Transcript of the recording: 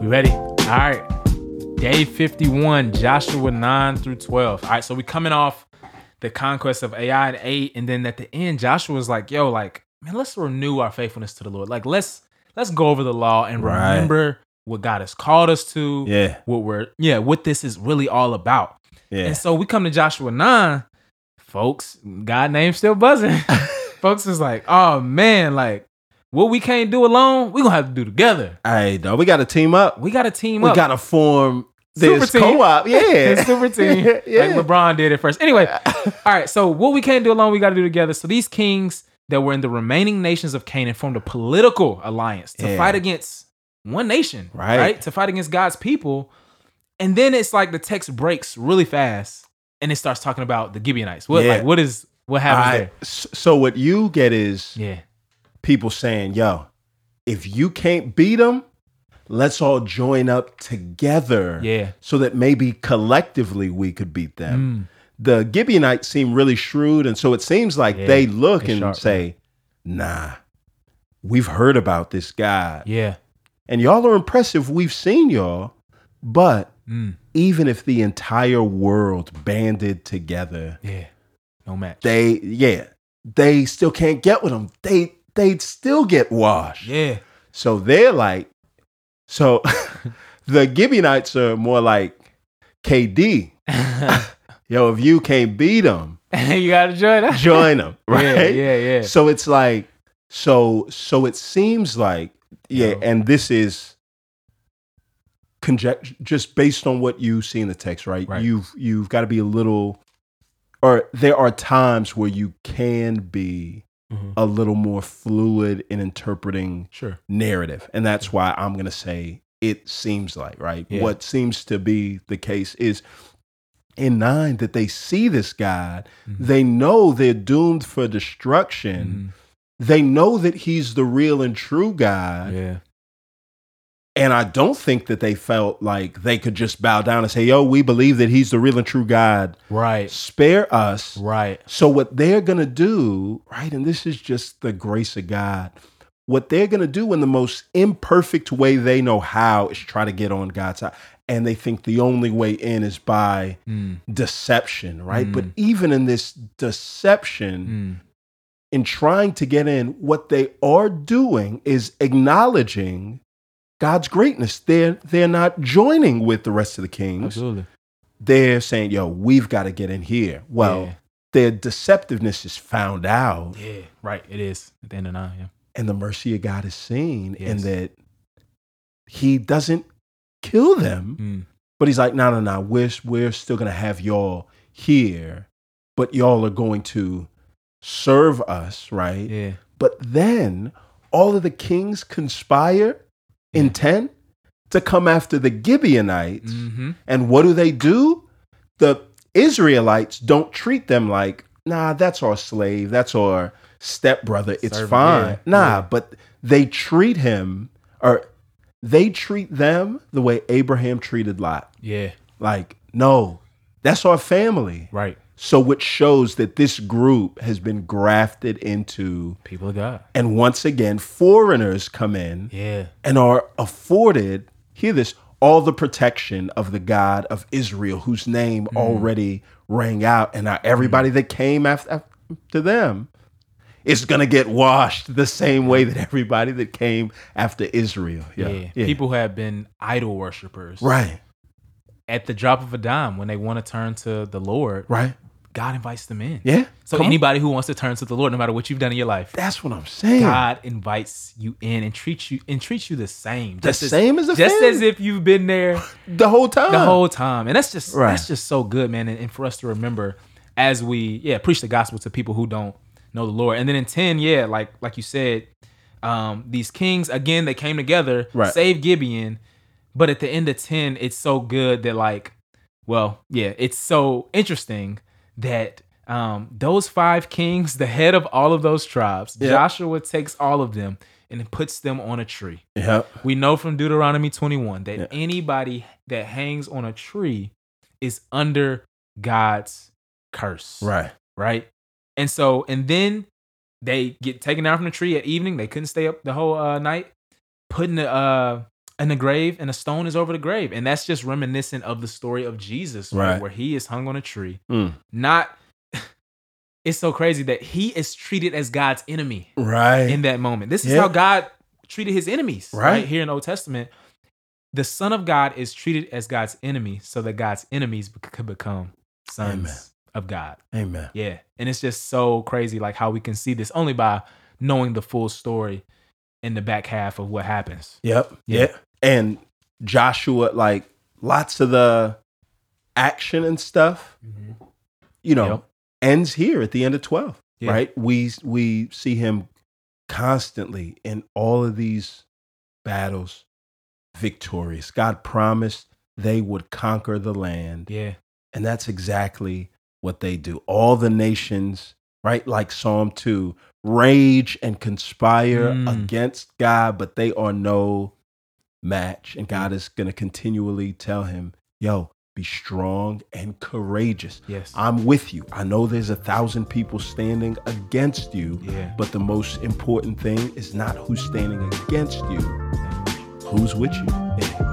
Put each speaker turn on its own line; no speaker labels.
We ready? All right. Day 51, Joshua 9 through 12. All right, so we coming off the conquest of Ai and 8, and then at the end, Joshua was like, yo, like, man, let's renew our faithfulness to the Lord. Like, let's let's go over the law and
Right.
remember what God has called us to,
Yeah.
what we're yeah, what this is really all about.
Yeah.
And so we come to Joshua 9, folks, God name still buzzing. folks is like, oh man, like what we can't do alone, we gonna have to do together.
Hey, dog, we got to team up.
We gotta team
we
up.
gotta form
Super
this
team.
co-op. Yeah,
It's super team.
yeah,
Like LeBron did it first. Anyway, all right. So what we can't do alone, we got to do together. So these kings that were in the remaining nations of Canaan formed a political alliance to
Yeah.
fight against one nation,
Right.
To fight against God's people. And then it's like the text breaks really fast, and it starts talking about the Gibeonites. What
Yeah.
like what is what
All
happens
right. S- So what you get is
there? Yeah.
people saying, "Yo, if you can't beat them, let's all join up together,
Yeah.
so that maybe collectively we could beat them."
Mm.
The Gibeonites seem really shrewd, and so it seems like
Yeah,
they look
they're
and
sharp,
say, "Nah, we've heard about this guy,
Yeah.
and y'all are impressive. We've seen y'all, but."
Mm.
even if the entire world banded together,
Yeah. No match.
they yeah, they still can't get with them. They they'd still get washed.
yeah.
So they're like, so the Gibeonites are more like KD. Yo, if you can't beat them,
you gotta join us.
join them, right?
Yeah. Yeah. Yeah.
So it's like, so so it seems like yeah,
Yeah.
and this is conjecture just based on what you see in the text, right?
Right.
You've you've got to be a little, or there are times where you can be
Mhm.
a little more fluid in interpreting
Sure.
narrative, and that's why I'm gonna say it seems like right.
Yeah.
What seems to be the case is in nine that they see this God,
Mhm.
they know they're doomed for
Mhm.
destruction they know that he's the real and true God.
Yeah.
And I don't think that they felt like they could just bow down and say, yo, we believe that he's the real and true God.
Right.
Spare us.
Right.
So, what they're going to do, right? And this is just the grace of God. What they're going to do in the most imperfect way they know how is try to get on God's side. And they think the only way in is by
Mm.
deception, right? But
Mm.
even in this deception,
Mm.
in trying to get in, what they are doing is acknowledging God's greatness. They're they're not joining with the rest of the kings.
Absolutely.
They're saying, "Yo, we've got to get in here." Well,
Yeah.
their deceptiveness is found out,
Yeah, right. It is at the end of nine.
and the mercy of God is seen in
Yes.
that He doesn't kill them,
Yeah. Mm.
but He's like, "No, no, no. We're we're still gonna have y'all here, but y'all are going to serve us, right?"
Yeah.
But then all of the kings conspire in
Yeah.
ten to come after the Gibeonites.
Mm-hmm.
And what do they do? The Israelites don't treat them like, nah, that's our slave, that's our stepbrother, it's
Servant,
fine.
yeah,
Nah,
yeah.
but they treat him or they treat them the way Abraham treated Lot.
Yeah.
Like, no, that's our family.
Right.
So, which shows that this group has been grafted into
People of God.
and once again, foreigners come in
Yeah.
and are afforded, hear this, all the protection of the God of Israel, whose name
Mm.
already rang out. And now everybody that came after, after them is going to get washed the same way that everybody that came after Israel.
Yeah.
Yeah. Yeah.
People who have been idol worshippers.
Right.
At the drop of a dime, when they want to turn to the Lord,
Right.
God invites them in.
Yeah.
So
Come on.
anybody who wants to turn to the Lord, no matter what you've done in your life,
That's what I'm saying.
God invites you in and treats you and treats you the same.
The same as a
just
family.
as if you've been there
the whole time.
the whole time. And that's just
Right.
that's just so good, man. And, and for us to remember as we yeah preach the gospel to people who don't know the Lord. And then in ten, yeah, like like you said, um, these kings again they came together,
Right.
save Gibeon. But at the end of ten, it's so good that like, well, yeah, it's so interesting that um, those five kings, the head of all of those tribes,
Yeah.
Joshua takes all of them and puts them on a tree.
Yep.
We know from Deuteronomy 21 that
Yeah.
anybody that hangs on a tree is under God's curse.
Right.
Right. And so, and then they get taken down from the tree at evening. They couldn't stay up the whole uh, night. Putting a, uh, in the grave and a stone is over the grave. And that's just reminiscent of the story of Jesus,
Right.
Where he is hung on a tree.
Mm.
Not it's so crazy that he is treated as God's enemy
Right.
in that moment. This is
Yeah.
how God treated his enemies, right.
Right.
Here in Old Testament, the Son of God is treated as God's enemy so that God's enemies bec- could become sons
Amen.
of God.
Amen.
Yeah. And it's just so crazy, like how we can see this only by knowing the full story in the back half of what happens.
Yep.
Yeah.
Yeah. And Joshua, like lots of the action and stuff, you know,
Yep.
ends here at the end of 12,
Yeah.
right? We we see him constantly in all of these battles victorious. God promised they would conquer the land,
Yeah.
and that's exactly what they do. All the nations, right? Like Psalm 2, rage and conspire
Mm.
against God, but they are no match. And
Mm.
God is going to continually tell him, yo, be strong and courageous.
Yes.
I'm with you. I know there's a thousand people standing against you,
Yeah.
but the most important thing is not who's standing against you, who's with you.
yeah.